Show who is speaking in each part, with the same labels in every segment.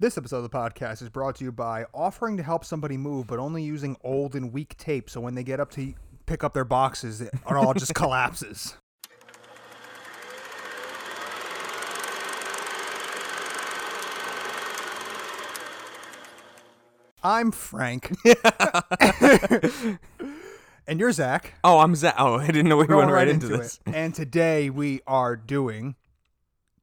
Speaker 1: This episode of the podcast is brought to you by offering to help somebody move, but only using old and weak tape. So when they get up to pick up their boxes, it it all just collapses. I'm Frank. and you're Zach.
Speaker 2: Oh, I'm Zach. Oh, I didn't know we
Speaker 1: Going
Speaker 2: went right, into, this.
Speaker 1: it. And today we are doing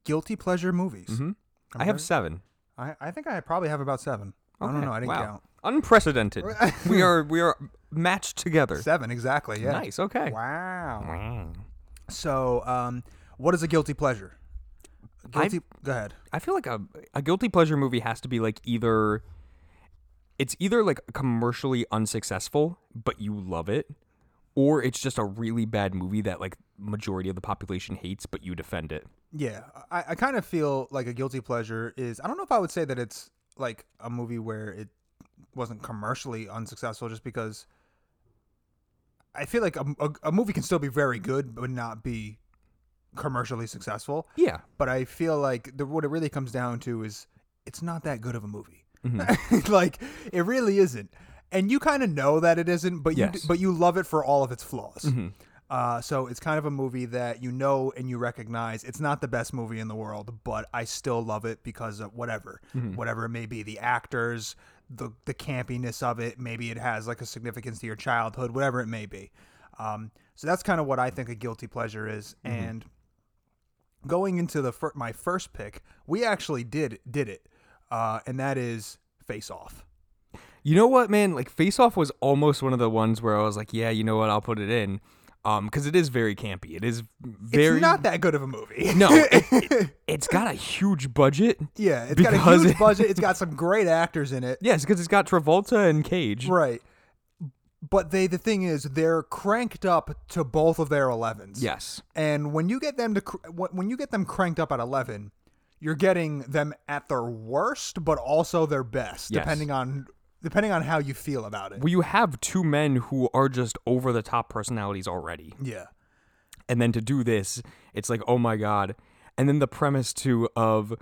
Speaker 1: guilty pleasure movies.
Speaker 2: Mm-hmm. I have seven.
Speaker 1: I, I think I probably have about seven. I don't
Speaker 2: Okay,
Speaker 1: know. I didn't
Speaker 2: wow.
Speaker 1: count.
Speaker 2: Unprecedented. we are we are matched together.
Speaker 1: Seven, exactly. Yeah.
Speaker 2: Nice. Okay.
Speaker 1: Wow.
Speaker 2: Wow.
Speaker 1: So, um, what is a guilty pleasure? Guilty. go ahead.
Speaker 2: I feel like a a guilty pleasure movie has to be like either it's either like commercially unsuccessful but you love it or it's just a really bad movie that like majority of the population hates but you defend it.
Speaker 1: Yeah, I, I kind of feel like a guilty pleasure is. I don't know if I would say that it's like a movie where it wasn't commercially unsuccessful, just because I feel like a, a, a movie can still be very good but not be commercially successful.
Speaker 2: Yeah.
Speaker 1: but I feel like the, what it really comes down to is it's not that good of a movie. like it really isn't, and you kind of know that it isn't, but you
Speaker 2: Yes.
Speaker 1: d- but you love it for all of its flaws. Uh, so it's kind of a movie that you know and you recognize it's not the best movie in the world, but I still love it because of whatever, whatever it may be, the actors, the the campiness of it. Maybe it has like a significance to your childhood, whatever it may be. Um, so that's kind of what I think a guilty pleasure is, and going into the fir- my first pick, we actually did did it, uh, and that is Face Off.
Speaker 2: You know what, man? Like Face Off was almost one of the ones where I was like, yeah, you know what? I'll put it in. Um, cuz it is very campy. It is very
Speaker 1: it's not that good of a movie.
Speaker 2: No, it, has got a huge budget.
Speaker 1: yeah, it's got a
Speaker 2: Because
Speaker 1: huge
Speaker 2: it-
Speaker 1: budget. It's got some great actors in it.
Speaker 2: Yes, because it's got Travolta and Cage.
Speaker 1: Right. But they the thing is they're cranked up to both of their 11s.
Speaker 2: Yes.
Speaker 1: And when you get them to cr- when when you get them cranked up at 11, you're getting them at their worst but also their best
Speaker 2: Yes.
Speaker 1: depending on depending on how you feel about it.
Speaker 2: Well, you have two men who are just over the top personalities already.
Speaker 1: yeah.
Speaker 2: And then to do this, it's like, oh my God. And then the premise, too, of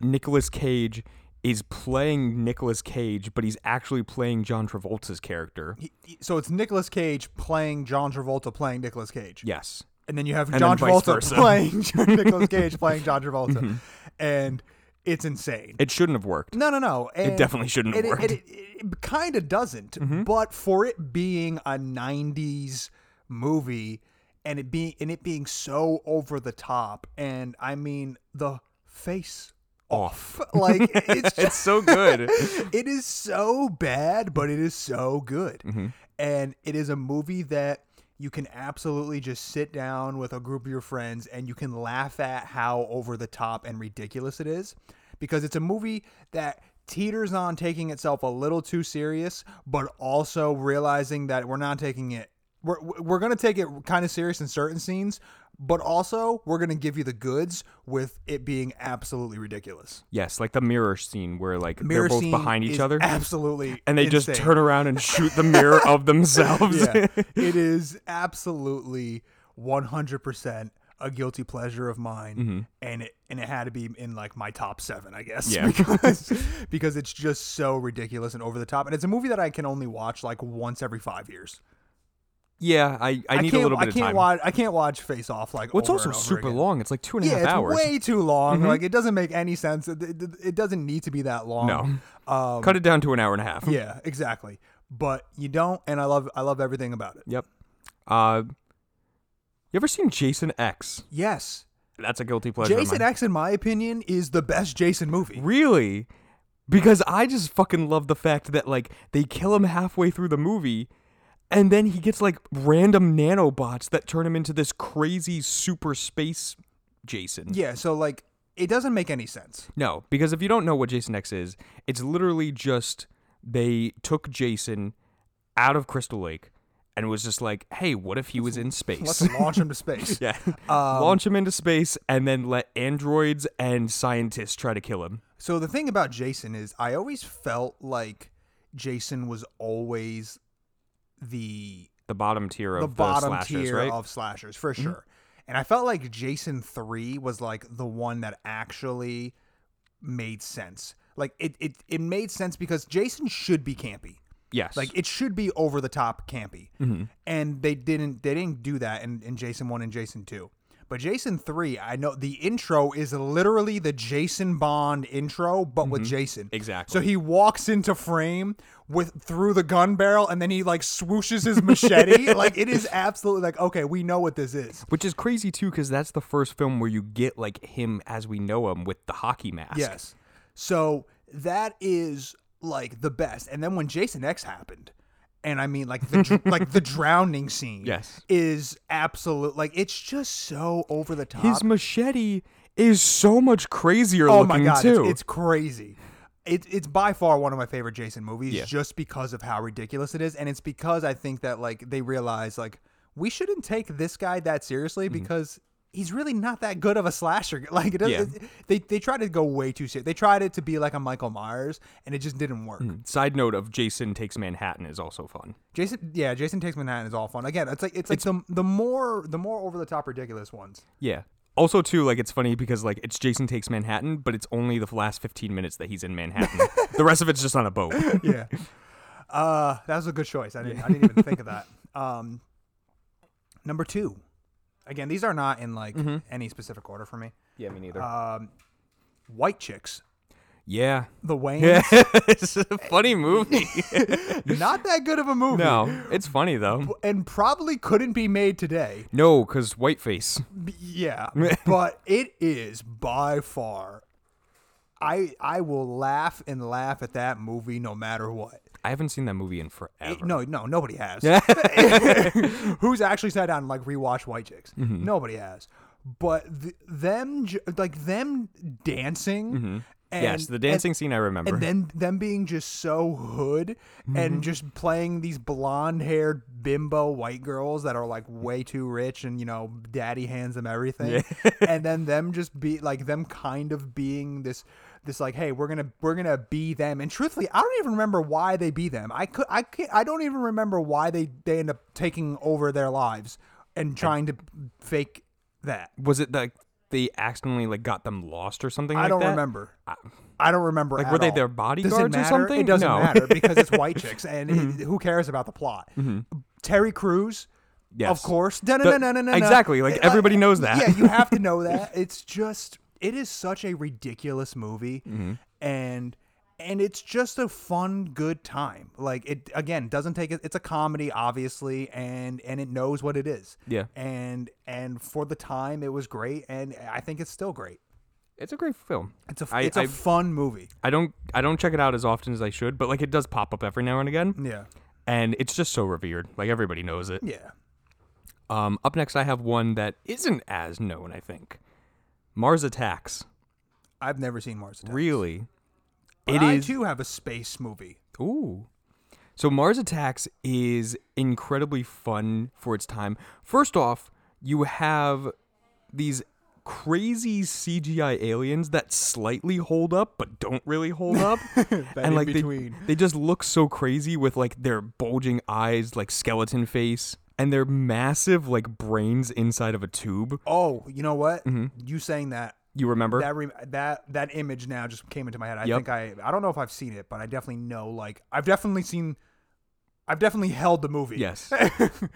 Speaker 2: Nicolas Cage is playing Nicolas Cage, but he's actually playing John Travolta's character.
Speaker 1: He- he- so it's Nicolas Cage playing John Travolta playing Nicolas Cage.
Speaker 2: Yes.
Speaker 1: and then you have
Speaker 2: And
Speaker 1: John
Speaker 2: then vice
Speaker 1: Travolta
Speaker 2: versa. Mm-hmm.
Speaker 1: playing Nicolas Cage playing John Travolta, and it's insane.
Speaker 2: It shouldn't have worked.
Speaker 1: no, no, no. And-
Speaker 2: definitely shouldn't Mm-hmm. have
Speaker 1: and it-
Speaker 2: worked.
Speaker 1: and It, kind of doesn't, but for it being a '90s movie and it being and it being so over the top, and I mean the face off, like it's just
Speaker 2: It's so good.
Speaker 1: it is so bad, but it is so good. And it is a movie that you can absolutely just sit down with a group of your friends and you can laugh at how over the top and ridiculous it is because it's a movie that teeters on taking itself a little too serious, but also realizing that we're not taking it. We're, we're going to take it kind of serious in certain scenes, but also we're going to give you the goods with it being absolutely ridiculous.
Speaker 2: yes, like the mirror scene where like
Speaker 1: Mirror
Speaker 2: they're both
Speaker 1: scene
Speaker 2: behind each
Speaker 1: is
Speaker 2: other
Speaker 1: Absolutely.
Speaker 2: and they just
Speaker 1: insane.
Speaker 2: turn around and shoot the mirror of themselves.
Speaker 1: Yeah. it is absolutely 100% a guilty pleasure of mine
Speaker 2: Mm-hmm.
Speaker 1: and it and it had to be in like my top 7 I guess
Speaker 2: Yeah.
Speaker 1: because because it's just so ridiculous and over the top and it's a movie that I can only watch like once every 5 years.
Speaker 2: Yeah, I, I need
Speaker 1: can't
Speaker 2: a little
Speaker 1: I
Speaker 2: bit of
Speaker 1: can't
Speaker 2: time.
Speaker 1: watch I can't watch Face Off like
Speaker 2: Well, it's
Speaker 1: over
Speaker 2: also
Speaker 1: and over
Speaker 2: super
Speaker 1: again.
Speaker 2: long. It's like two and a half
Speaker 1: Yeah, it's
Speaker 2: hours. Mm-hmm.
Speaker 1: way too long. Like it doesn't make any sense. It, it, it doesn't need to be that long.
Speaker 2: No.
Speaker 1: Um,
Speaker 2: Cut it down to an hour and a half.
Speaker 1: yeah, exactly. But you don't and I love I love everything about it.
Speaker 2: Yep. Uh, you ever seen Jason X?
Speaker 1: Yes.
Speaker 2: That's a guilty pleasure. of
Speaker 1: Jason
Speaker 2: mine.
Speaker 1: X, in my opinion, is the best Jason movie.
Speaker 2: Really? Because I just fucking love the fact that like they kill him halfway through the movie, and then he gets like random nanobots that turn him into this crazy super space Jason.
Speaker 1: Yeah, so like it doesn't make any sense.
Speaker 2: No, because if you don't know what Jason X is, it's literally just they took Jason out of Crystal Lake and was just like, hey, what if he was in
Speaker 1: Let's
Speaker 2: space?
Speaker 1: launch Um, him to space.
Speaker 2: yeah. Launch him into space and then let androids and scientists try to kill him.
Speaker 1: So the thing about Jason is I always felt like Jason was always the
Speaker 2: The bottom tier of
Speaker 1: the bottom
Speaker 2: slashers,
Speaker 1: tier
Speaker 2: right? Mm-hmm.
Speaker 1: of slashers for sure. And I felt like Jason 3 was like the one that actually made sense. Like it, it, it made sense because Jason should be campy.
Speaker 2: Yes. Mm-hmm.
Speaker 1: Like it should be over the top campy. And they didn't they didn't do that in, in Jason 1 and Jason 2. But Jason 3, I know the intro is literally the Jason Bond intro but with Jason.
Speaker 2: Mm-hmm. Exactly.
Speaker 1: So he walks into frame with through the gun barrel and then he like swooshes his machete. like it is absolutely like okay, we know what this is.
Speaker 2: Which is crazy too, because that's the first film where you get like him as we know him with the hockey mask.
Speaker 1: Yes. So that is like the best. And then when Jason X happened, and I mean like the dr- like the drowning scene.
Speaker 2: Yes.
Speaker 1: Is absolute like it's just so over the top.
Speaker 2: His machete is so much crazier
Speaker 1: oh
Speaker 2: looking
Speaker 1: my god,
Speaker 2: too.
Speaker 1: It's, it's crazy. It, it's by far one of my favorite Jason movies
Speaker 2: Yeah.
Speaker 1: just because of how ridiculous it is and it's because I think that like they realize like we shouldn't take this guy that seriously
Speaker 2: Mm-hmm.
Speaker 1: because he's really not that good of a slasher like it does,
Speaker 2: Yeah.
Speaker 1: it- they they tried to go way too serious. They tried it to be like a Michael Myers and it just didn't work.
Speaker 2: Side note of Jason Takes Manhattan is also fun.
Speaker 1: Jason yeah, Jason Takes Manhattan is all fun. Again, it's like it's like the the more the more over the top ridiculous ones.
Speaker 2: Yeah. Also too, like it's funny because like it's Jason Takes Manhattan, but it's only the last fifteen minutes that he's in Manhattan. the rest of it's just on a boat.
Speaker 1: yeah. Uh, that was a good choice. I didn't, I didn't even think of that. Um, number two. Again, these are not in like any specific order for me.
Speaker 2: Yeah, me neither.
Speaker 1: Uh, White chicks,
Speaker 2: yeah.
Speaker 1: the Wayans.
Speaker 2: it's a funny movie.
Speaker 1: Not that good of a movie.
Speaker 2: no, it's funny though.
Speaker 1: And probably couldn't be made today.
Speaker 2: No, because whiteface.
Speaker 1: B- Yeah, but it is by far. I I will laugh and laugh at that movie no matter what.
Speaker 2: I haven't seen that movie in forever.
Speaker 1: It- no, no, nobody has. Who's actually sat down and like rewatched White Chicks?
Speaker 2: Mm-hmm.
Speaker 1: Nobody has. But th- them, j- like them dancing. And,
Speaker 2: Mm-hmm. yes, the
Speaker 1: and-
Speaker 2: dancing scene I remember.
Speaker 1: And, then them being just so hood and just playing these blonde-haired bimbo white girls that are like way too rich and you know daddy hands them everything. and then them just be like them kind of being this this like hey we're gonna we're gonna be them and truthfully i don't even remember why they be them i could i can't, i don't even remember why they they end up taking over their lives and trying to fake that
Speaker 2: was it like they accidentally like got them lost or something?
Speaker 1: i
Speaker 2: like
Speaker 1: don't
Speaker 2: that?
Speaker 1: remember i don't remember
Speaker 2: Like,
Speaker 1: at
Speaker 2: were they
Speaker 1: all.
Speaker 2: their
Speaker 1: does it
Speaker 2: bodyguards or
Speaker 1: matter?
Speaker 2: something?
Speaker 1: it doesn't
Speaker 2: No. Mm-hmm.
Speaker 1: matter because it's white chicks and it- who cares about the plot terry Crews, of
Speaker 2: Yes.
Speaker 1: course Da-na-na-na-na-na.
Speaker 2: exactly, like, everybody knows that.
Speaker 1: yeah you have to know that it's just it is such a ridiculous movie
Speaker 2: Mm-hmm.
Speaker 1: and and it's just a fun good time like it again doesn't take it it's a comedy obviously and and it knows what it is
Speaker 2: Yeah.
Speaker 1: and and for the time it was great and i think it's still great
Speaker 2: It's a great film.
Speaker 1: it's a
Speaker 2: I-
Speaker 1: it's a
Speaker 2: I-
Speaker 1: fun movie
Speaker 2: I don't I don't check it out as often as I should, but like it does pop up every now and again,
Speaker 1: yeah
Speaker 2: and it's just so revered. Like everybody knows it.
Speaker 1: yeah
Speaker 2: Um, up next, I have one that isn't as known. I think Mars Attacks.
Speaker 1: i've never seen mars Attacks.
Speaker 2: Really,
Speaker 1: But
Speaker 2: it
Speaker 1: I
Speaker 2: is.
Speaker 1: too have a space movie.
Speaker 2: Ooh. So Mars Attacks is incredibly fun for its time. First off, you have these crazy CGI aliens that slightly hold up but don't really hold up. and like they-
Speaker 1: in-between.
Speaker 2: They, just look so crazy with like their bulging eyes, like skeleton face, and their massive like brains inside of a tube.
Speaker 1: Oh, you know what?
Speaker 2: Mm-hmm.
Speaker 1: You saying that
Speaker 2: You remember?
Speaker 1: that re- that that image now just came into my head. I
Speaker 2: Yep.
Speaker 1: think I I don't know if I've seen it, but I definitely know. Like I've definitely seen, I've definitely held the movie.
Speaker 2: Yes.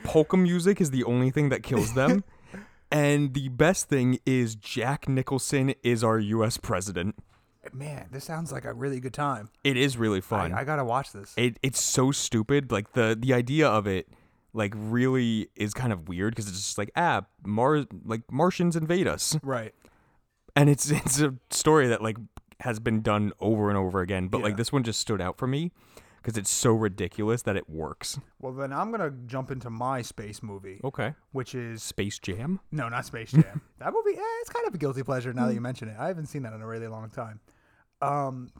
Speaker 2: Polka music is the only thing that kills them. and the best thing is Jack Nicholson is our US president.
Speaker 1: Man, this sounds like a really good time.
Speaker 2: It is really fun.
Speaker 1: I gotta watch this.
Speaker 2: it it's so stupid. Like the the idea of it like really is kind of weird because it's just like ah Mars like Martians invade us.
Speaker 1: right.
Speaker 2: And it's it's a story that like has been done over and over again, but
Speaker 1: Yeah.
Speaker 2: like this one just stood out for me because it's so ridiculous that it works.
Speaker 1: Well, then I'm gonna jump into my space movie,
Speaker 2: Okay.
Speaker 1: which is
Speaker 2: Space Jam?
Speaker 1: no, not Space Jam. that movie, eh, it's kind of a guilty pleasure now that you mention it. I haven't seen that in a really long time. Um,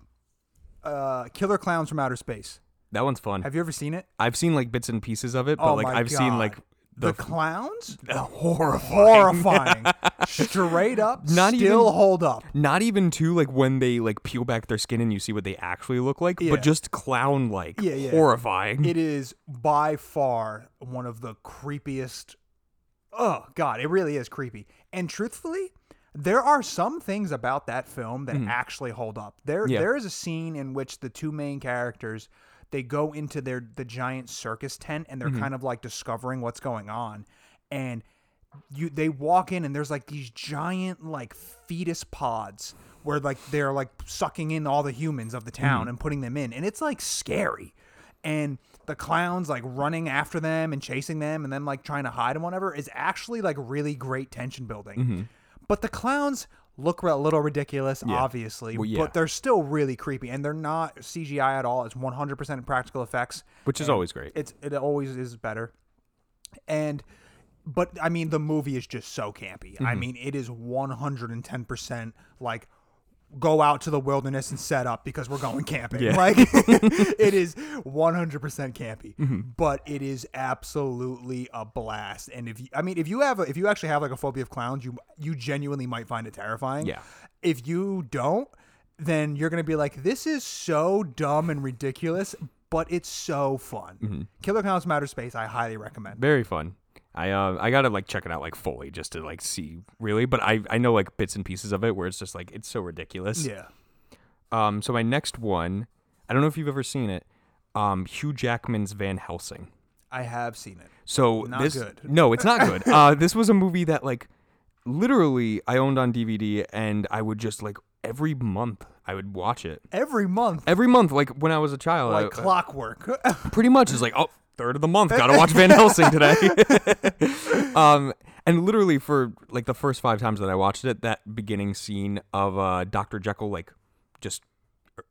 Speaker 1: uh, Killer Clowns from Outer Space.
Speaker 2: That one's fun.
Speaker 1: Have you ever seen it?
Speaker 2: I've seen like bits and pieces of it, but
Speaker 1: Oh
Speaker 2: like
Speaker 1: my
Speaker 2: I've seen
Speaker 1: God.
Speaker 2: like
Speaker 1: the,
Speaker 2: the,
Speaker 1: clowns
Speaker 2: horrifying.
Speaker 1: horrifying straight up
Speaker 2: Not
Speaker 1: still
Speaker 2: even-
Speaker 1: hold up
Speaker 2: Not even too like when they like peel back their skin and you see what they actually look like,
Speaker 1: Yeah.
Speaker 2: but just clown like,
Speaker 1: Yeah, yeah.
Speaker 2: horrifying.
Speaker 1: it is by far one of the creepiest oh god it really is creepy and truthfully There are some things about that film that actually hold up. There
Speaker 2: Yeah.
Speaker 1: there is a scene in which the two main characters they go into their the giant circus tent and they're kind of like discovering what's going on and you they walk in and there's like these giant like fetus pods where like they're like sucking in all the humans of the town
Speaker 2: Mm-hmm.
Speaker 1: and putting them in and it's like scary and the clowns like running after them and chasing them and then like trying to hide and whatever is actually like really great tension building but the clowns look a little ridiculous obviously
Speaker 2: Well, Mm-hmm. yeah.
Speaker 1: but they're still really creepy and they're not cgi at all it's 100% practical effects
Speaker 2: which is always great.
Speaker 1: it's it always is better and but i mean the movie is just so campy i mean it is 110% like go out to the wilderness and set up because we're going camping
Speaker 2: Yeah.
Speaker 1: like it is 100% campy
Speaker 2: Mm-hmm.
Speaker 1: but it is absolutely a blast and if you i mean if you have a, if you actually have like a phobia of clowns you you genuinely might find it terrifying
Speaker 2: Yeah.
Speaker 1: if you don't then you're gonna be like this is so dumb and ridiculous but it's so fun
Speaker 2: Mm-hmm.
Speaker 1: killer clowns from outer space i highly recommend
Speaker 2: Very fun. I uh, I gotta like check it out like fully just to like see really, but I I know like bits and pieces of it where it's just like it's so ridiculous.
Speaker 1: yeah
Speaker 2: Um, so my next one, I don't know if you've ever seen it. Um, Hugh Jackman's Van Helsing.
Speaker 1: i have seen it
Speaker 2: So
Speaker 1: Not
Speaker 2: this
Speaker 1: good.
Speaker 2: no, it's not good. uh, this was a movie that like literally I owned on DVD, and I would just like every month I would watch it.
Speaker 1: every month
Speaker 2: Every month, like when I was a child,
Speaker 1: like
Speaker 2: I,
Speaker 1: clockwork
Speaker 2: pretty much is like oh third of the month gotta watch van helsing today um and literally for like the first five times that i watched it that beginning scene of uh dr jekyll like just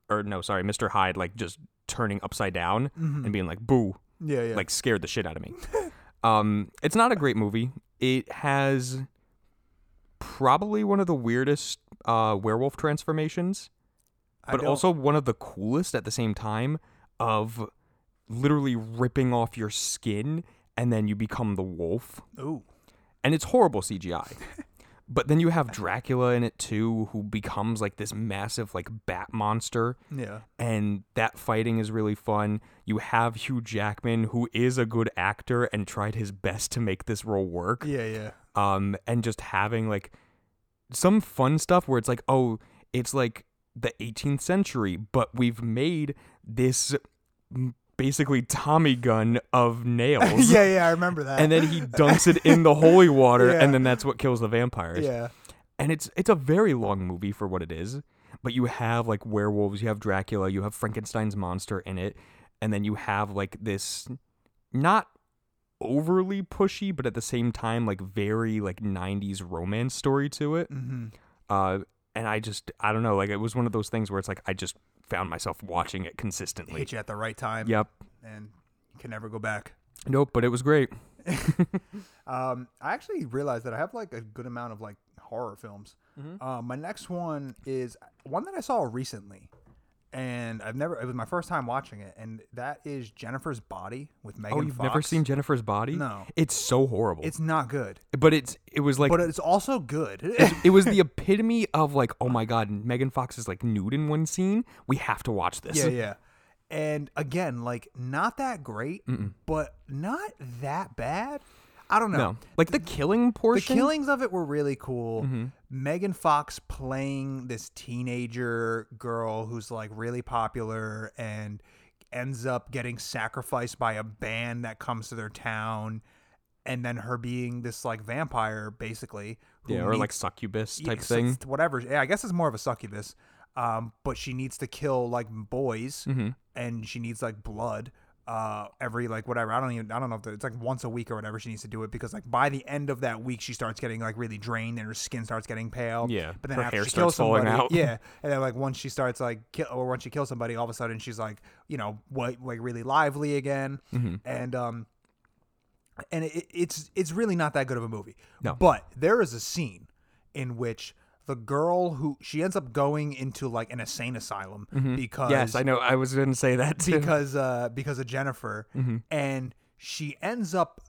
Speaker 2: or, or no sorry mr hyde like just turning upside down
Speaker 1: Mm-hmm.
Speaker 2: and being like boo
Speaker 1: yeah yeah
Speaker 2: like scared the shit out of me um it's not a great movie it has probably one of the weirdest uh werewolf transformations
Speaker 1: I
Speaker 2: but
Speaker 1: don't-
Speaker 2: also one of the coolest at the same time of literally ripping off your skin and then you become the wolf
Speaker 1: ooh
Speaker 2: and it's horrible CGI. but then you have Dracula in it too who becomes like this massive like bat monster
Speaker 1: yeah
Speaker 2: and that fighting is really fun. You have Hugh Jackman who is a good actor and tried his best to make this role work
Speaker 1: yeah yeah
Speaker 2: um, and just having like some fun stuff where it's like, oh, it's like the 18th century, but we've made this m- basically Tommy gun of nails.
Speaker 1: yeah yeah i remember that
Speaker 2: And then he dunks it in the holy water,
Speaker 1: Yeah.
Speaker 2: and then that's what kills the vampires.
Speaker 1: yeah
Speaker 2: And it's it's a very long movie for what it is, but you have like werewolves, you have Dracula, you have Frankenstein's monster in it, and then you have like this not overly pushy, but at the same time like very like 90s romance story to it.
Speaker 1: hmm
Speaker 2: Uh and I just I don't know, like it was one of those things where it's like I just found myself watching it consistently.
Speaker 1: hit you at the right time
Speaker 2: Yep.
Speaker 1: and you can never go back
Speaker 2: Nope, but it was great.
Speaker 1: Oh, Um, I actually realized that I have like a good amount of like horror films.
Speaker 2: Mm-hmm.
Speaker 1: Uh, my next one is one that I saw recently, and I've never. It was my first time watching it, and that is Jennifer's Body with Megan.
Speaker 2: Oh, you've never
Speaker 1: Fox.
Speaker 2: seen Jennifer's body?
Speaker 1: No.
Speaker 2: It's so horrible.
Speaker 1: It's not good,
Speaker 2: but it's it was like
Speaker 1: but it's also good.
Speaker 2: it was the epitome of like, oh my god, Megan Fox is like nude in one scene. We have to watch this.
Speaker 1: yeah, yeah. And again, like not that great, but not that bad. I don't know.
Speaker 2: No, like the killing
Speaker 1: The
Speaker 2: portion. Mm-hmm.
Speaker 1: killings of it were really cool. Megan Fox playing this teenager girl who's like really popular and ends up getting sacrificed by a band that comes to their town and then her being this like vampire basically who
Speaker 2: yeah, or
Speaker 1: needs-
Speaker 2: like succubus type
Speaker 1: yeah, so
Speaker 2: thing.
Speaker 1: it's whatever yeah i guess it's more of a succubus um but she needs to kill like boys
Speaker 2: Mm-hmm.
Speaker 1: and she needs like blood uh every like whatever i don't even i don't know if the, it's like once a week or whatever she needs to do it because like by the end of that week she starts getting like really drained and her skin starts getting pale
Speaker 2: Yeah,
Speaker 1: but then
Speaker 2: her
Speaker 1: after
Speaker 2: hair
Speaker 1: she kills
Speaker 2: starts falling
Speaker 1: somebody,
Speaker 2: out.
Speaker 1: yeah and then like once she starts like kill or once she kills somebody all of a sudden she's like you know what like really lively again
Speaker 2: Mm-hmm.
Speaker 1: and um and it, it's it's really not that good of a movie.
Speaker 2: No.
Speaker 1: But there is a scene in which the girl who she ends up going into like an insane asylum because
Speaker 2: Mm-hmm. Yes, I know. I was gonna say that too. Mm-hmm.
Speaker 1: because uh because of Jennifer and she ends up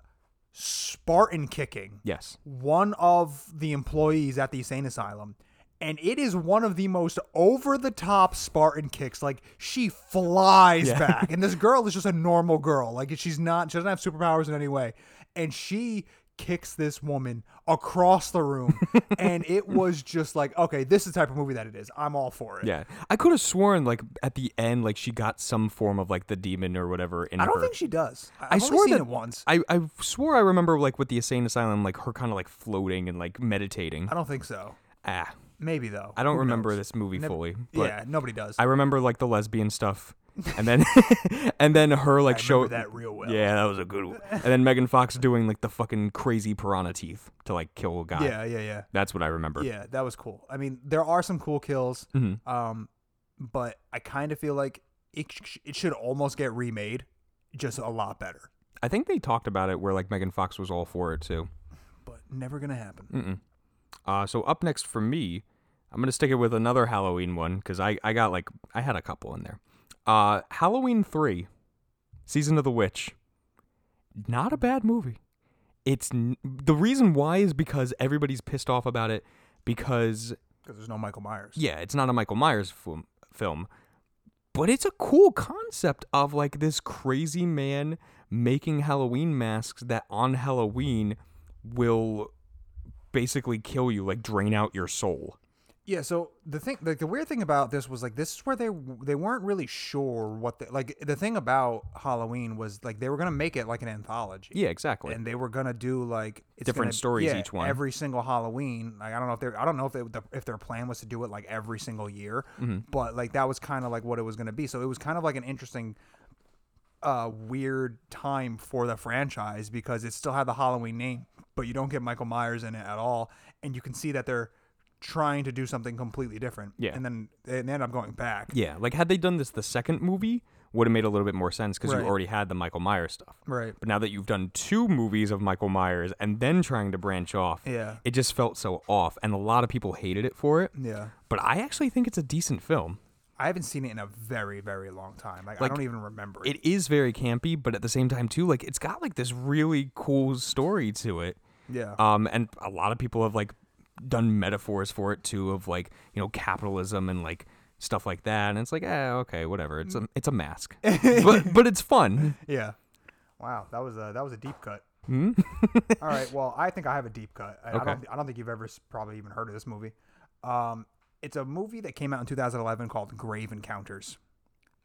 Speaker 1: Spartan kicking
Speaker 2: yes,
Speaker 1: one of the employees at the insane asylum and it is one of the most over the top Spartan kicks. Like she flies back, and this girl is just a normal girl. Like she's not, she doesn't have superpowers in any way, and she kicks this woman across the room, and it was just like, okay, this is the type of movie that it is. I'm all for it.
Speaker 2: Yeah, I could have sworn like at the end, like she got some form of like the demon or whatever in
Speaker 1: I don't
Speaker 2: her.
Speaker 1: think she does. I, I've
Speaker 2: I
Speaker 1: only
Speaker 2: swore
Speaker 1: seen
Speaker 2: that
Speaker 1: it once.
Speaker 2: I, I swore I remember like with the insane asylum, like her kind of like floating and like meditating.
Speaker 1: I don't think so.
Speaker 2: Ah,
Speaker 1: Maybe though.
Speaker 2: I don't
Speaker 1: Who
Speaker 2: remember
Speaker 1: knows?
Speaker 2: this movie
Speaker 1: Never-
Speaker 2: fully, but
Speaker 1: yeah, nobody does.
Speaker 2: I remember like the lesbian stuff, and then and then her like
Speaker 1: I
Speaker 2: show
Speaker 1: remember that real well.
Speaker 2: Yeah, that was a good one. And then Megan Fox doing like the fucking crazy piranha teeth to like kill a guy.
Speaker 1: yeah, yeah, yeah.
Speaker 2: That's what I remember.
Speaker 1: Yeah, that was cool. I mean, there are some cool kills,
Speaker 2: Mhm.
Speaker 1: um, but I kind of feel like it, sh- it should almost get remade, just a lot better.
Speaker 2: I think they talked about it where like Megan Fox was all for it too.
Speaker 1: But never gonna happen.
Speaker 2: Uh, so up next for me, I'm gonna stick it with another Halloween one because I, I got like I had a couple in there. Uh, Halloween three, season of the witch. Not a bad movie. It's n- the reason why is because everybody's pissed off about it because
Speaker 1: Because there's no Michael Myers.
Speaker 2: yeah, it's not a Michael Myers film, film, but it's a cool concept of like this crazy man making Halloween masks that on Halloween will basically kill you, like drain out your soul.
Speaker 1: Yeah. So the thing, like the weird thing about this was like this is where they they weren't really sure what they like. The thing about Halloween was like they were gonna make it like an anthology.
Speaker 2: Yeah, exactly.
Speaker 1: And they were gonna do like it's
Speaker 2: Different
Speaker 1: gonna-
Speaker 2: stories
Speaker 1: yeah,
Speaker 2: each one.
Speaker 1: every single Halloween. Like I don't know if they I don't know if they, if their plan was to do it like every single year,
Speaker 2: Mm-hmm.
Speaker 1: but like that was kind of like what it was gonna be. So it was kind of like an interesting, uh, weird time for the franchise because it still had the Halloween name, but you don't get Michael Myers in it at all, and you can see that they're trying to do something completely different.
Speaker 2: Yeah.
Speaker 1: and then they they end up going back.
Speaker 2: yeah, like had they done this the second movie, would have made a little bit more sense because
Speaker 1: Right.
Speaker 2: you already had the Michael Myers stuff.
Speaker 1: Right.
Speaker 2: But now that you've done two movies of Michael Myers and then trying to branch off,
Speaker 1: Yeah.
Speaker 2: it just felt so off, and a lot of people hated it for it.
Speaker 1: Yeah.
Speaker 2: But I actually think it's a decent film.
Speaker 1: I haven't seen it in a very, very long time. Like,
Speaker 2: Like,
Speaker 1: I don't even remember it.
Speaker 2: it is very campy, but at the same time too, like it's got like this really cool story to it.
Speaker 1: Yeah.
Speaker 2: Um, and a lot of people have like done metaphors for it too, of like you know capitalism and like stuff like that. And it's like, eh, okay, whatever. It's a it's a mask, but but it's fun.
Speaker 1: Yeah. Wow, that was a that was a deep cut.
Speaker 2: Hmm?
Speaker 1: All right. Well, I think I have a deep cut. I, I don't I don't think you've ever s- probably even heard of this movie. Um, it's a movie that came out in 2011 called Grave Encounters.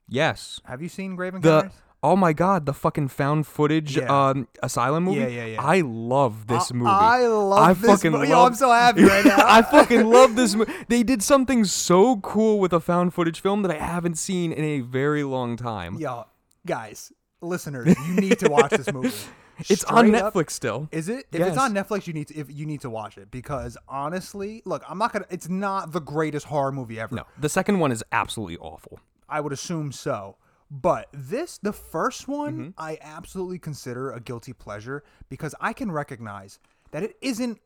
Speaker 2: Yes.
Speaker 1: Have you seen Grave
Speaker 2: The
Speaker 1: Encounters?
Speaker 2: oh my god, the fucking found footage
Speaker 1: Yeah.
Speaker 2: um asylum movie.
Speaker 1: Yeah, yeah, yeah.
Speaker 2: I love this
Speaker 1: I-
Speaker 2: movie.
Speaker 1: I love this mo- yo, I'm so happy right now.
Speaker 2: I fucking love this movie. They did something so cool with a found footage film that I haven't seen in a very long time.
Speaker 1: Yo, guys, listeners, you need to watch this movie.
Speaker 2: It's on
Speaker 1: Straight up-
Speaker 2: Netflix still.
Speaker 1: Is it? If
Speaker 2: Yes.
Speaker 1: it's on Netflix, you need to if you need to watch it because honestly, look, I'm not gonna. It's not the greatest horror movie ever.
Speaker 2: No, the second one is absolutely awful.
Speaker 1: I would assume so. But this, the first one, I absolutely consider a guilty pleasure because I can recognize that it isn't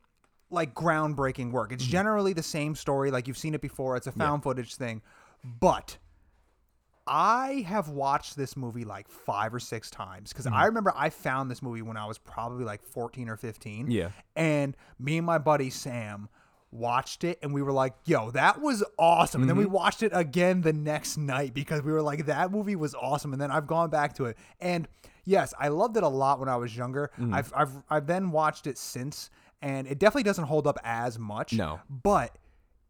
Speaker 1: like groundbreaking work. It's generally the same story, like you've seen it before. It's a found footage thing. But I have watched this movie like five or six times because
Speaker 2: Mm-hmm.
Speaker 1: I remember I found this movie when I was probably like 14 or 15.
Speaker 2: Yeah.
Speaker 1: And me and my buddy Sam watched it and we were like, yo, that was awesome. And then we
Speaker 2: Mm-hmm.
Speaker 1: watched it again the next night because we were like, that movie was awesome. And then I've gone back to it. And yes, I loved it a lot when I was younger.
Speaker 2: Mm.
Speaker 1: I've, I've, I've then watched it since and it definitely doesn't hold up as much.
Speaker 2: No.
Speaker 1: But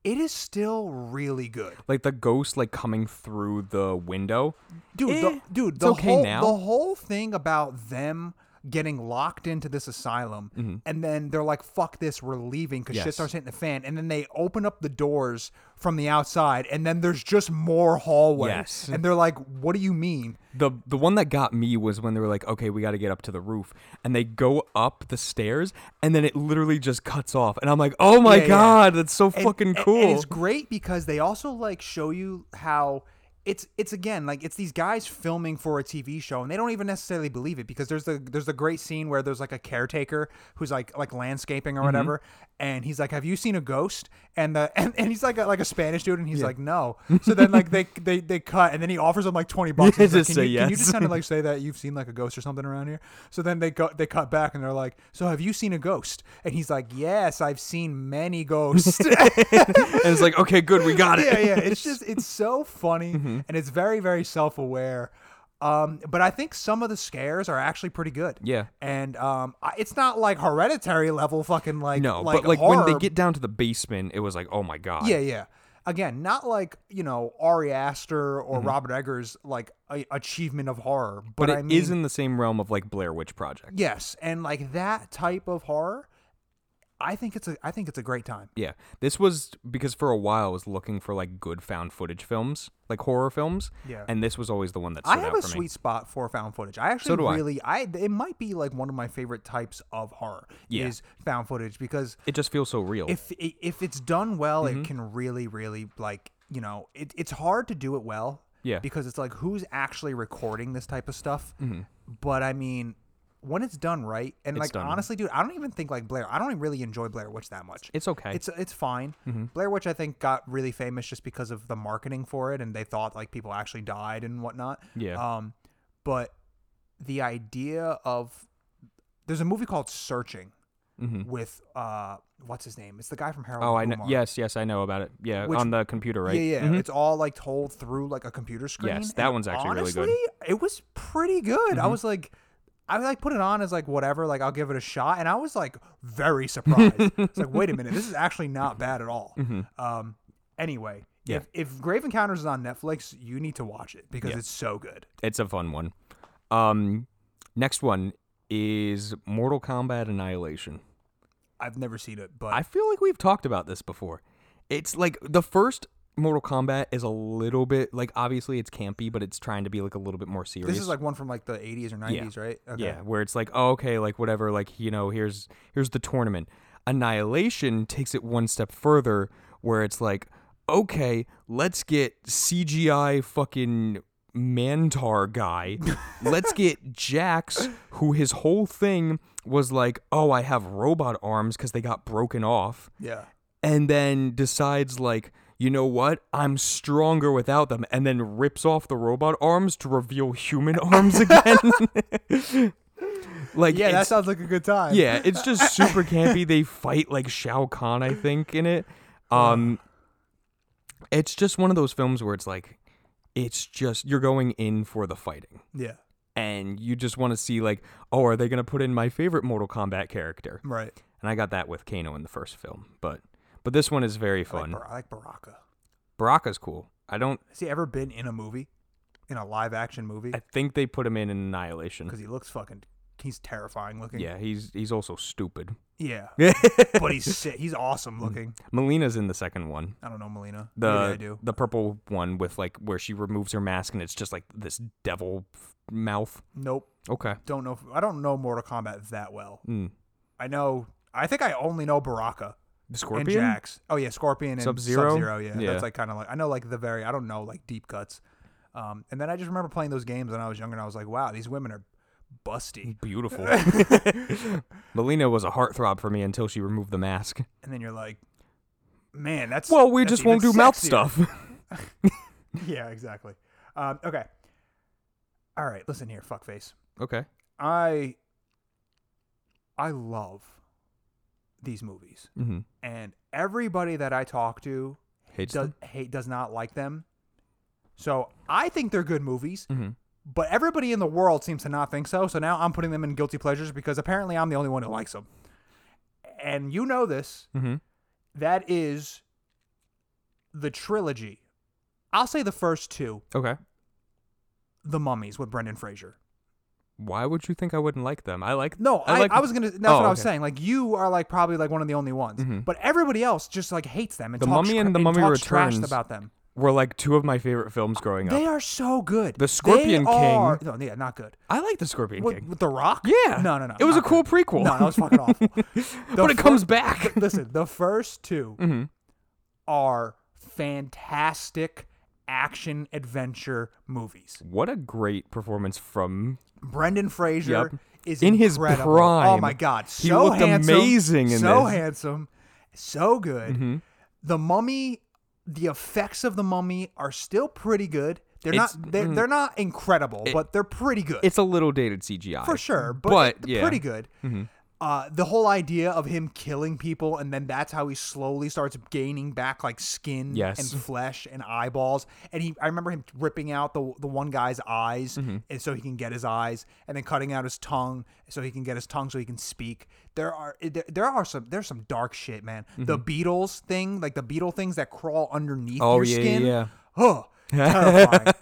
Speaker 1: it is still really good.
Speaker 2: Like the ghost like coming through the window.
Speaker 1: dude,
Speaker 2: Eh,
Speaker 1: the, dude,
Speaker 2: it's
Speaker 1: the
Speaker 2: okay
Speaker 1: whole
Speaker 2: now.
Speaker 1: the whole thing about them getting locked into this asylum, and then they're like, "Fuck this, we're leaving" because
Speaker 2: Mm-hmm. Yes.
Speaker 1: shit starts hitting the fan, and then they open up the doors from the outside, and then there's just more hallway,
Speaker 2: Yes.
Speaker 1: and they're like, "What do you mean?"
Speaker 2: The the one that got me was when they were like, okay, we got to get up to the roof, and they go up the stairs, and then it literally just cuts off, and I'm like, oh my
Speaker 1: Yeah, yeah.
Speaker 2: god, that's so
Speaker 1: And-
Speaker 2: fucking
Speaker 1: and-
Speaker 2: cool.
Speaker 1: And it's great because they also like show you how it's it's again like it's these guys filming for a TV show and they don't even necessarily believe it because there's the there's the great scene where there's like a caretaker who's like like landscaping or
Speaker 2: Mm-hmm.
Speaker 1: whatever and he's like have you seen a ghost and the and, and he's like a, like a Spanish dude and he's like no so then like they they they cut and then he offers him like 20 bucks and he's like,
Speaker 2: Just
Speaker 1: can,
Speaker 2: say
Speaker 1: you, can you
Speaker 2: yes.
Speaker 1: just kind of like say that you've seen like a ghost or something around here so then they go they cut back and they're like so have you seen a ghost and he's like yes I've seen many ghosts
Speaker 2: and it's like, okay, good, we got it. Mm-hmm.
Speaker 1: yeah, yeah. It's just it's so funny and it's very very self aware. Um, but I think some of the scares are actually pretty good.
Speaker 2: Yeah.
Speaker 1: And um, I- it's not like hereditary level fucking like
Speaker 2: No,
Speaker 1: like
Speaker 2: but like
Speaker 1: horror,
Speaker 2: when they get down to the basement, it was like, oh my god.
Speaker 1: yeah yeah again not like you know Ari Aster or Robert Eggers like a- achievement of horror, but,
Speaker 2: Mm-hmm. But it
Speaker 1: I mean
Speaker 2: is in the same realm of like Blair Witch Project.
Speaker 1: yes, and like that type of horror, I think it's a I think it's a great time.
Speaker 2: Yeah. This was because for a while I was looking for like good found footage films, like horror films.
Speaker 1: Yeah.
Speaker 2: And this was always the one that stood
Speaker 1: I have
Speaker 2: out
Speaker 1: a
Speaker 2: for
Speaker 1: sweet
Speaker 2: me.
Speaker 1: spot for found footage. I actually
Speaker 2: So do I.
Speaker 1: really I. it might be like one of my favorite types of horror
Speaker 2: Yeah.
Speaker 1: is found footage because
Speaker 2: It just feels so real.
Speaker 1: if i- if it's done well,
Speaker 2: Mm-hmm.
Speaker 1: it can really really like you know it, it's hard to do it well.
Speaker 2: Yeah.
Speaker 1: Because it's like who's actually recording this type of stuff.
Speaker 2: Mm-hmm.
Speaker 1: But I mean, when it's done right, and like
Speaker 2: done right.
Speaker 1: honestly, dude, I don't even think like Blair. I don't even really enjoy Blair Witch that much.
Speaker 2: it's Mm-hmm. okay.
Speaker 1: It's it's fine. Blair Witch I think got really famous just because of the marketing for it, and they thought like people actually died and whatnot.
Speaker 2: Yeah.
Speaker 1: Um, but the idea of there's a movie called Searching with uh what's his name? It's the guy from Harold.
Speaker 2: Mm-hmm. oh, I
Speaker 1: and
Speaker 2: know.
Speaker 1: Kumar.
Speaker 2: Yes, yes, I know about it. Yeah,
Speaker 1: Which-
Speaker 2: on the computer, right? Mm-hmm.
Speaker 1: Yeah, yeah. It's all like told through like a computer screen.
Speaker 2: Yes, that
Speaker 1: and
Speaker 2: one's actually really good. Mm-hmm.
Speaker 1: honestly, It was pretty good. I was like, I like put it on as like whatever, like I'll give it a shot, and I was like very surprised. it's like, wait a minute, this is actually not bad at all. Um, anyway,
Speaker 2: Mm-hmm. Yeah.
Speaker 1: if if Grave Encounters is on Netflix, you need to watch it because it's so good.
Speaker 2: It's a fun one. Um, next one is Mortal Kombat Annihilation.
Speaker 1: I've never seen it, but
Speaker 2: I feel like we've talked about this before. It's like the first Mortal Kombat is a little bit like obviously it's campy, but it's trying to be like a little bit more serious.
Speaker 1: this is like one from like the 80s or 90s, right? Okay.
Speaker 2: Yeah, where it's like, oh, okay, like whatever, like you know, here's here's the tournament. Annihilation takes it one step further, where it's like, okay, let's get CGI fucking Mantar guy. let's get Jax, who his whole thing was like, oh, I have robot arms because they got broken off
Speaker 1: Yeah.
Speaker 2: and then decides like you know what i'm stronger without them and then rips off the robot arms to reveal human arms again like
Speaker 1: Yeah, that
Speaker 2: it's,
Speaker 1: sounds like a good time.
Speaker 2: yeah it's just super campy they fight like shao kahn i think in it um it's just one of those films where it's like it's just you're going in for the fighting
Speaker 1: Yeah.
Speaker 2: and you just want to see like oh are they going to put in my favorite mortal kombat character
Speaker 1: Right.
Speaker 2: and I got that with Kano in the first film, but but this one is very fun.
Speaker 1: Bar- I like Baraka.
Speaker 2: Baraka's cool. I don't.
Speaker 1: Has he ever been in a movie? In a live action movie?
Speaker 2: I think they put him in Annihilation.
Speaker 1: Because he looks fucking. He's terrifying looking.
Speaker 2: Yeah, he's he's also stupid.
Speaker 1: Yeah. but he's sick. He's awesome looking.
Speaker 2: Melina's in the second one,
Speaker 1: I don't know, Melina.
Speaker 2: the
Speaker 1: Maybe I do.
Speaker 2: the purple one with like where she removes her mask and it's just like this devil f- mouth.
Speaker 1: Nope.
Speaker 2: Okay,
Speaker 1: Don't know. I don't know Mortal Kombat that well.
Speaker 2: mm.
Speaker 1: I know. I think I only know Baraka and
Speaker 2: Scorpion.
Speaker 1: Jax. Oh yeah, Scorpion and
Speaker 2: Sub-Zero?
Speaker 1: Sub-Zero, yeah,
Speaker 2: Yeah.
Speaker 1: that's like kind of like I know like the very. I don't know like deep cuts. Um, and then I just remember playing those games when I was younger, and I was like, wow, these women are busty.
Speaker 2: Beautiful. Melina was a heartthrob for me until she removed the mask.
Speaker 1: And then you're like, man, that's
Speaker 2: Well, we
Speaker 1: that's
Speaker 2: just won't do
Speaker 1: even
Speaker 2: mouth
Speaker 1: sexier.
Speaker 2: stuff.
Speaker 1: Yeah, exactly. Um, okay. All right, listen here, fuckface.
Speaker 2: okay.
Speaker 1: I I love these movies,
Speaker 2: Mm-hmm.
Speaker 1: and everybody that I talk to
Speaker 2: Hates
Speaker 1: does
Speaker 2: them?
Speaker 1: hate does not like them. So I think they're good movies,
Speaker 2: Mhm.
Speaker 1: but everybody in the world seems to not think so. So now I'm putting them in guilty pleasures because apparently I'm the only one who likes them. And you know this.
Speaker 2: Mhm.
Speaker 1: That is the trilogy. I'll say the first two,
Speaker 2: Okay.
Speaker 1: The Mummies with Brendan Fraser.
Speaker 2: Why would you think I wouldn't like them? I like
Speaker 1: No, I, I,
Speaker 2: like
Speaker 1: was gonna. That's
Speaker 2: Oh,
Speaker 1: what I was
Speaker 2: okay. Mm-hmm.
Speaker 1: saying. Like you are like probably like one of the only ones, but everybody else just like hates them and
Speaker 2: The
Speaker 1: talks
Speaker 2: Mummy
Speaker 1: cra-
Speaker 2: and The Mummy
Speaker 1: talks trash
Speaker 2: Returns
Speaker 1: about them.
Speaker 2: were like two of my favorite films growing up.
Speaker 1: They are so good.
Speaker 2: The Scorpion
Speaker 1: they
Speaker 2: King.
Speaker 1: Are, no, yeah, not good.
Speaker 2: I like the Scorpion
Speaker 1: What,
Speaker 2: King.
Speaker 1: with The Rock?
Speaker 2: Yeah.
Speaker 1: No, no, no.
Speaker 2: It was
Speaker 1: not
Speaker 2: a cool
Speaker 1: good.
Speaker 2: prequel.
Speaker 1: No, that was fucking awful.
Speaker 2: but it comes back. Mm-hmm.
Speaker 1: Listen, the first two are fantastic action adventure movies.
Speaker 2: What a great performance from
Speaker 1: Brendan Fraser
Speaker 2: Yep.
Speaker 1: is
Speaker 2: In his
Speaker 1: incredible. Oh
Speaker 2: prime.
Speaker 1: my god, so
Speaker 2: He looked
Speaker 1: handsome,
Speaker 2: amazing in
Speaker 1: so
Speaker 2: this. Mm-hmm.
Speaker 1: handsome, so good. The Mummy, the effects of the Mummy are still pretty good. They're
Speaker 2: It's- mm.
Speaker 1: not they're, they're not incredible, but they're pretty good
Speaker 2: it's a little dated CGI.
Speaker 1: for sure. But,
Speaker 2: but,
Speaker 1: they're
Speaker 2: yeah. Mm-hmm.
Speaker 1: pretty good. Uh, the whole idea of him killing people and then that's how he slowly starts gaining back like skin
Speaker 2: Yes.
Speaker 1: and flesh and eyeballs and he i remember him ripping out the, the one guy's eyes
Speaker 2: Mm-hmm.
Speaker 1: and so he can get his eyes and then cutting out his tongue so he can get his tongue so he can speak there are eh, there, there are some there's some dark shit man the beetles thing like the beetle things that crawl underneath
Speaker 2: Mm-hmm. Oh,
Speaker 1: your
Speaker 2: yeah, yeah,
Speaker 1: skin
Speaker 2: yeah.
Speaker 1: oh terrifying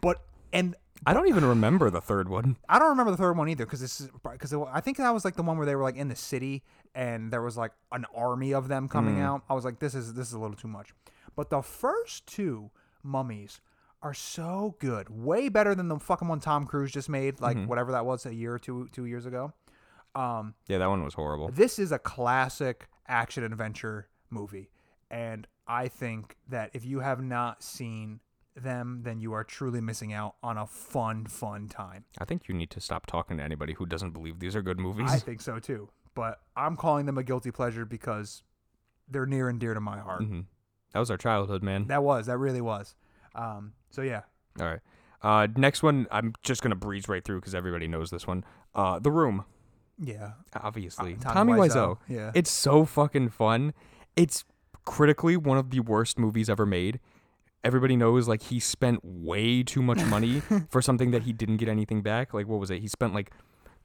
Speaker 1: but and
Speaker 2: I don't even remember the third one.
Speaker 1: I don't remember the third one either because this is because I think that was like the one where they were like in the city and there was like an army of them coming out. I was like, this is this is a little too much. But the first two mummies are so good, way better than the fucking one Tom Cruise just made, like whatever that was a year or two two years ago.
Speaker 2: Yeah, that one was horrible.
Speaker 1: This is a classic action adventure movie, and I think that if you have not seen them, then you are truly missing out on a fun, fun time.
Speaker 2: I think you need to stop talking to anybody who doesn't believe these are good movies.
Speaker 1: I think so too. But I'm calling them a guilty pleasure because they're near and dear to my heart.
Speaker 2: Mhm. That was our childhood, man.
Speaker 1: That was, that really was. Um, so yeah,
Speaker 2: All right. Uh, next one, I'm just gonna breeze right through because everybody knows this one. Uh, the Room,
Speaker 1: yeah.
Speaker 2: obviously.
Speaker 1: Uh,
Speaker 2: Tommy,
Speaker 1: Tommy
Speaker 2: Wiseau.
Speaker 1: Wiseau, yeah.
Speaker 2: It's so fucking fun. It's critically one of the worst movies ever made. Everybody knows like he spent way too much money for something that he didn't get anything back. Like what was it? He spent like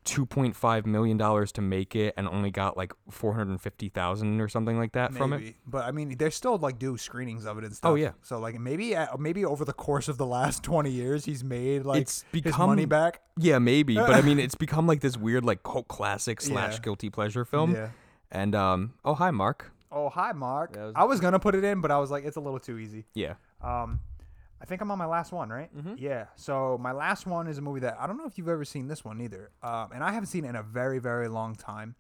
Speaker 2: 2.5 million dollars to make it and only got like 450,000 or something like that from it.
Speaker 1: Maybe. But I mean, they still like do screenings of it and stuff.
Speaker 2: Oh, yeah.
Speaker 1: So like maybe uh, maybe over the course of the last twenty years, he's made like
Speaker 2: It's
Speaker 1: his
Speaker 2: become-
Speaker 1: money back.
Speaker 2: Yeah, maybe, but I mean, it's become like this weird, like cult classic slash
Speaker 1: Yeah.
Speaker 2: guilty pleasure film.
Speaker 1: Yeah.
Speaker 2: And um, oh hi, Mark.
Speaker 1: Oh hi, Mark.
Speaker 2: That was-
Speaker 1: I was gonna put it in, but I was like, it's a little too easy.
Speaker 2: Yeah,
Speaker 1: Um, I think I'm on my last one, right?
Speaker 2: Mm-hmm.
Speaker 1: Yeah. So my last one is a movie that I don't know if you've ever seen this one either, um, and I haven't seen it in a very, very long time.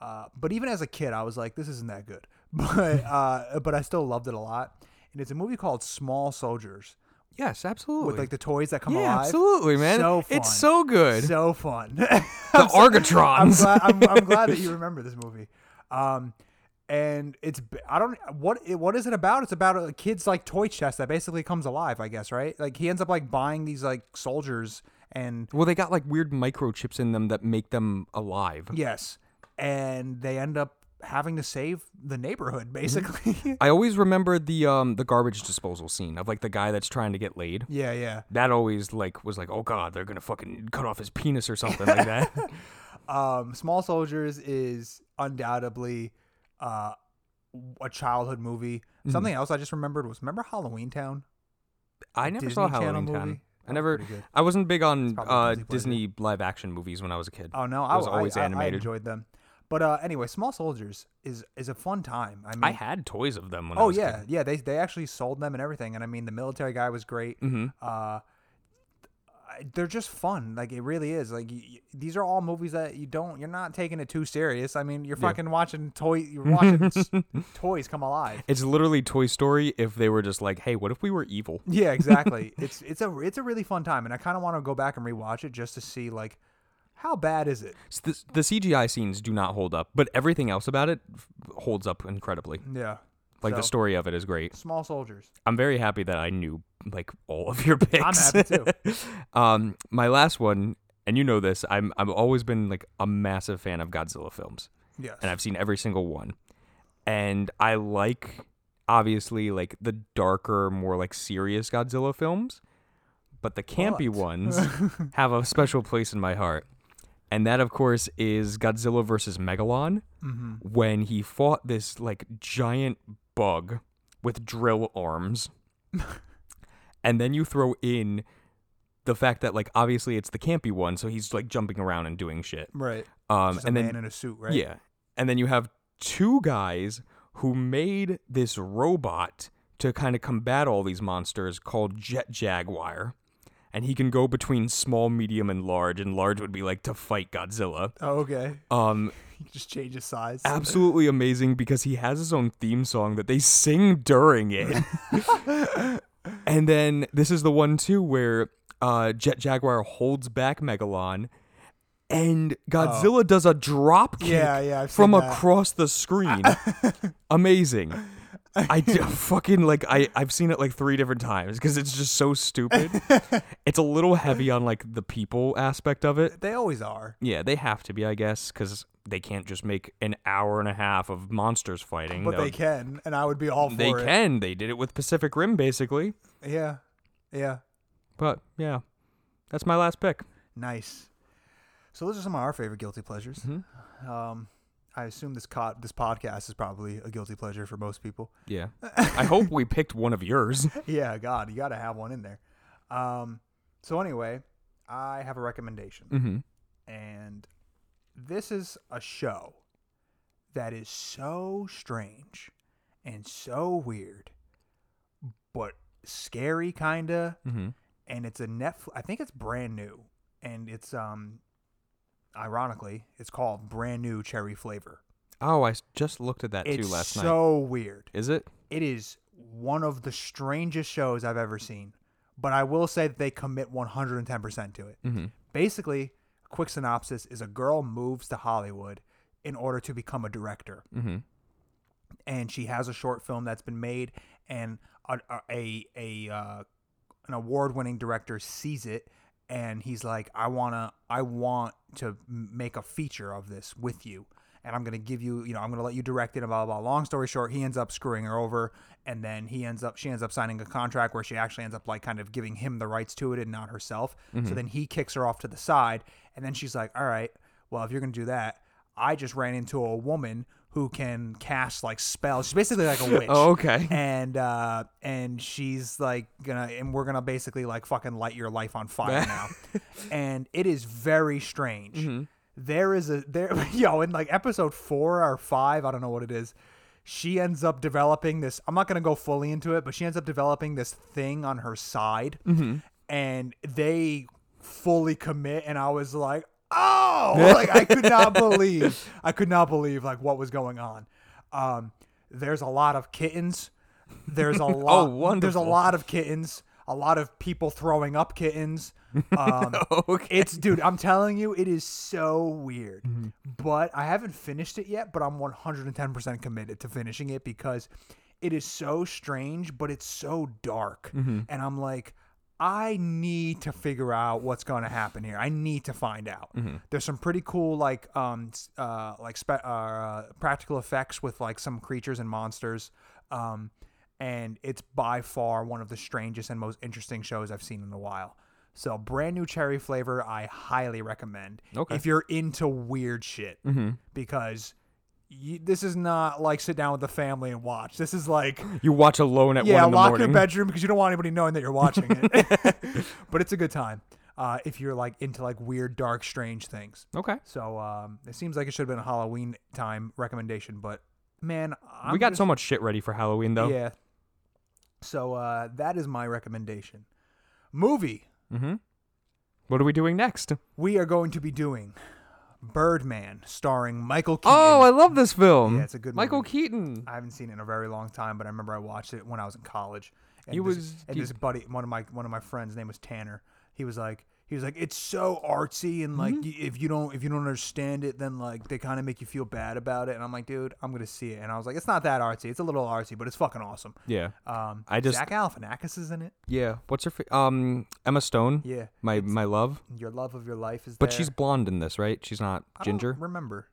Speaker 1: Uh, but even as a kid, I was like, "This isn't that good," but uh, but I still loved it a lot. And it's a movie called Small Soldiers
Speaker 2: yes, absolutely.
Speaker 1: with like the toys that come
Speaker 2: yeah,
Speaker 1: alive.
Speaker 2: absolutely, man.
Speaker 1: So fun.
Speaker 2: It's so good.
Speaker 1: So fun.
Speaker 2: the
Speaker 1: I'm
Speaker 2: Argatrons.
Speaker 1: glad, I'm, I'm glad that you remember this movie. Um, and it's b- I don't what it- what is it about? It's about a kid's like toy chest that basically comes alive, I guess, right? Like he ends up like buying these like soldiers and
Speaker 2: well, they got like weird microchips in them that make them alive.
Speaker 1: yes, and they end up having to save the neighborhood basically.
Speaker 2: I always remember the um the garbage disposal scene of like the guy that's trying to get laid.
Speaker 1: yeah, yeah.
Speaker 2: That always like was like, oh god, they're gonna fucking cut off his penis or something like that.
Speaker 1: um, Small Soldiers is undoubtedly uh, a childhood movie. Something else I just remembered was remember Halloween Town?
Speaker 2: I never
Speaker 1: Disney
Speaker 2: saw
Speaker 1: Channel
Speaker 2: Halloween
Speaker 1: movie?
Speaker 2: Town. I
Speaker 1: That was
Speaker 2: never.
Speaker 1: pretty good.
Speaker 2: I wasn't big on
Speaker 1: probably
Speaker 2: uh,
Speaker 1: Disney Pleasure.
Speaker 2: Disney live action movies when I was a kid.
Speaker 1: Oh no,
Speaker 2: I was
Speaker 1: I
Speaker 2: always
Speaker 1: I, I
Speaker 2: animated.
Speaker 1: enjoyed them, but uh, anyway, Small Soldiers is is a fun time. I mean,
Speaker 2: I had toys of them when I
Speaker 1: oh
Speaker 2: was a
Speaker 1: yeah,
Speaker 2: kid.
Speaker 1: yeah. They they actually sold them and everything, and I mean, the military guy was great.
Speaker 2: Mm-hmm.
Speaker 1: Uh, I- they're just fun. Like it really is. Like y y- these are all movies that you don't. You're not taking it too serious. I mean, you're fucking watching toy. You're watching s- toys come alive.
Speaker 2: It's literally Toy Story if they were just like, hey, what if we were evil?
Speaker 1: Yeah, exactly. it's it's a it's a really fun time, and I kind of want to go back and rewatch it just to see like how bad is it.
Speaker 2: S- The, the CGI scenes do not hold up, but everything else about it f- holds up incredibly.
Speaker 1: Yeah,
Speaker 2: Like the
Speaker 1: So,
Speaker 2: story of it is great.
Speaker 1: Small Soldiers.
Speaker 2: I'm very happy that I knew like all of your picks.
Speaker 1: happy too.
Speaker 2: um, my last one, and you know this, I'm I've always been like a massive fan of Godzilla films.
Speaker 1: Yes.
Speaker 2: and I've seen every single one. And I like obviously like the darker, more like serious Godzilla films, but the campy
Speaker 1: But-
Speaker 2: ones have a special place in my heart. And that of course is Godzilla versus Megalon
Speaker 1: Mm-hmm. Mm.
Speaker 2: when he fought this like giant bug with drill arms. and then you throw in the fact that like obviously it's the campy one, so he's like jumping around and doing shit.
Speaker 1: Right.
Speaker 2: Um
Speaker 1: Just a
Speaker 2: and then
Speaker 1: man in a suit, right?
Speaker 2: yeah. And then you have two guys who made this robot to kind of combat all these monsters called Jet Jaguar. And he can go between small, medium, and large, and large would be like to fight Godzilla.
Speaker 1: Oh, okay.
Speaker 2: Um,
Speaker 1: He just changes size.
Speaker 2: absolutely amazing because he has his own theme song that they sing during it. and then this is the one too where uh, Jet Jaguar holds back Megalon, and Godzilla does a drop kick
Speaker 1: Oh. Yeah, yeah, I've
Speaker 2: from
Speaker 1: seen that.
Speaker 2: across the screen. amazing. I d- fucking like I I've seen it like three different times because it's just so stupid. it's a little heavy on like the people aspect of it.
Speaker 1: They always are.
Speaker 2: Yeah, they have to be, I guess, because they can't just make an hour and a half of monsters fighting.
Speaker 1: But
Speaker 2: That
Speaker 1: they
Speaker 2: would-
Speaker 1: can, and I would be all for
Speaker 2: they
Speaker 1: it.
Speaker 2: can. They did it with Pacific Rim, basically.
Speaker 1: Yeah. Yeah.
Speaker 2: But yeah, that's my last pick.
Speaker 1: Nice. So those are some of our favorite guilty pleasures.
Speaker 2: Mm-hmm.
Speaker 1: Um, I assume this co- this podcast is probably a guilty pleasure for most people.
Speaker 2: Yeah, I hope we picked one of yours.
Speaker 1: yeah, God, you got to have one in there. Um, so anyway, I have a recommendation,
Speaker 2: Mm-hmm.
Speaker 1: and this is a show that is so strange and so weird, but scary kinda.
Speaker 2: Mm-hmm.
Speaker 1: and it's a Netflix. I think it's brand new, and it's um, ironically, it's called Brand New Cherry Flavor.
Speaker 2: Oh, I s- just looked at that
Speaker 1: It's
Speaker 2: too last night.
Speaker 1: so weird.
Speaker 2: Is it?
Speaker 1: It is one of the strangest shows I've ever seen, but I will say that they commit 110% to it.
Speaker 2: Mm-hmm.
Speaker 1: Basically, a quick synopsis is a girl moves to Hollywood in order to become a director,
Speaker 2: Mm-hmm.
Speaker 1: and she has a short film that's been made, and a a, a, a uh, an award-winning director sees it and he's like i want to i want to m- make a feature of this with you and i'm going to give you you know i'm going to let you direct it and blah, blah blah long story short he ends up screwing her over and then he ends up she ends up signing a contract where she actually ends up like kind of giving him the rights to it and not herself so then he kicks her off to the side and then she's like all right well if you're going to do that i just ran into a woman who can cast like spells she's basically like a witch
Speaker 2: Oh, okay.
Speaker 1: and uh and she's like gonna and we're gonna basically like fucking light your life on fire now and it is very strange There is a there yo in like episode four or five i don't know what it is she ends up developing this i'm not gonna go fully into it but she ends up developing this thing on her side and they fully commit and i was like oh like i could not believe i could not believe like what was going on um there's a lot of kittens there's a lot there's a
Speaker 2: wonderful.
Speaker 1: lot of kittens a lot of people throwing up kittens um
Speaker 2: okay.
Speaker 1: it's dude i'm telling you it is so weird but i haven't finished it yet but i'm 110% committed to finishing it because it is so strange but it's so dark and i'm like i need to figure out what's going to happen here i need to find out there's some pretty cool like um s- uh like spe- uh, uh, practical effects with like some creatures and monsters um and it's by far one of the strangest and most interesting shows I've seen in a while. So, brand new cherry flavor, I highly recommend
Speaker 2: Okay. Mm-hmm.
Speaker 1: if you're into weird shit, because you, this is not like sit down with the family and watch. This is like
Speaker 2: You watch alone at
Speaker 1: yeah,
Speaker 2: one in the
Speaker 1: lock
Speaker 2: morning.
Speaker 1: your bedroom because you don't want anybody knowing that you're watching it. but it's a good time uh, if you're like into like weird, dark, strange things.
Speaker 2: Okay.
Speaker 1: So um, it seems like it should have been a Halloween time recommendation, but man, I'm
Speaker 2: we got
Speaker 1: just-
Speaker 2: so much shit ready for Halloween though.
Speaker 1: yeah. So uh, that is my recommendation. Movie
Speaker 2: What are we doing next?
Speaker 1: we are going to be doing Birdman, starring Michael Keaton.
Speaker 2: Oh, I love this film.
Speaker 1: Yeah, it's a good
Speaker 2: Michael
Speaker 1: movie.
Speaker 2: Keaton.
Speaker 1: I haven't seen it in a very long time, but I remember I watched it when I was in college. And
Speaker 2: You
Speaker 1: this,
Speaker 2: was-
Speaker 1: and
Speaker 2: you-
Speaker 1: this buddy, one of my one of my friends, name was Tanner. He was like, he was like, it's so artsy, and like,
Speaker 2: Mm-hmm.
Speaker 1: y if you don't if you don't understand it, then like they kind of make you feel bad about it. And I'm like, dude, I'm gonna see it. And I was like, it's not that artsy. It's a little artsy, but it's fucking awesome.
Speaker 2: Yeah.
Speaker 1: Um,
Speaker 2: I just-
Speaker 1: Zach Galifianakis is in it.
Speaker 2: Yeah. What's her fa- um Emma Stone?
Speaker 1: Yeah,
Speaker 2: My my love.
Speaker 1: your love of your life is.
Speaker 2: But
Speaker 1: there.
Speaker 2: she's blonde in this, right? She's not
Speaker 1: I don't
Speaker 2: ginger.
Speaker 1: remember.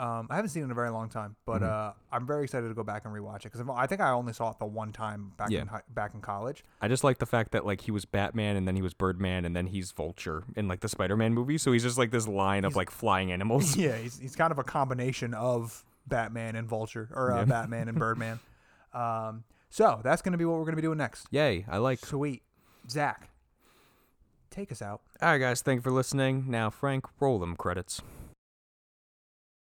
Speaker 1: Um, I haven't seen it in a very long time, but
Speaker 2: Mm-hmm.
Speaker 1: uh, I'm very excited to go back and rewatch it because I think I only saw it the one time back
Speaker 2: Yeah.
Speaker 1: in hi- back in college.
Speaker 2: I just like the fact that like he was Batman and then he was Birdman and then he's Vulture in like the Spider-Man movie. So he's just like this line of like flying animals.
Speaker 1: Yeah, he's, he's kind of a combination of Batman and Vulture, or uh, Batman and Birdman. Um, so that's going to be what we're going to be doing next.
Speaker 2: Yay! I like.
Speaker 1: Sweet, Zach, take us out.
Speaker 2: All right, guys. Thank you for listening. Now, Frank, roll them credits.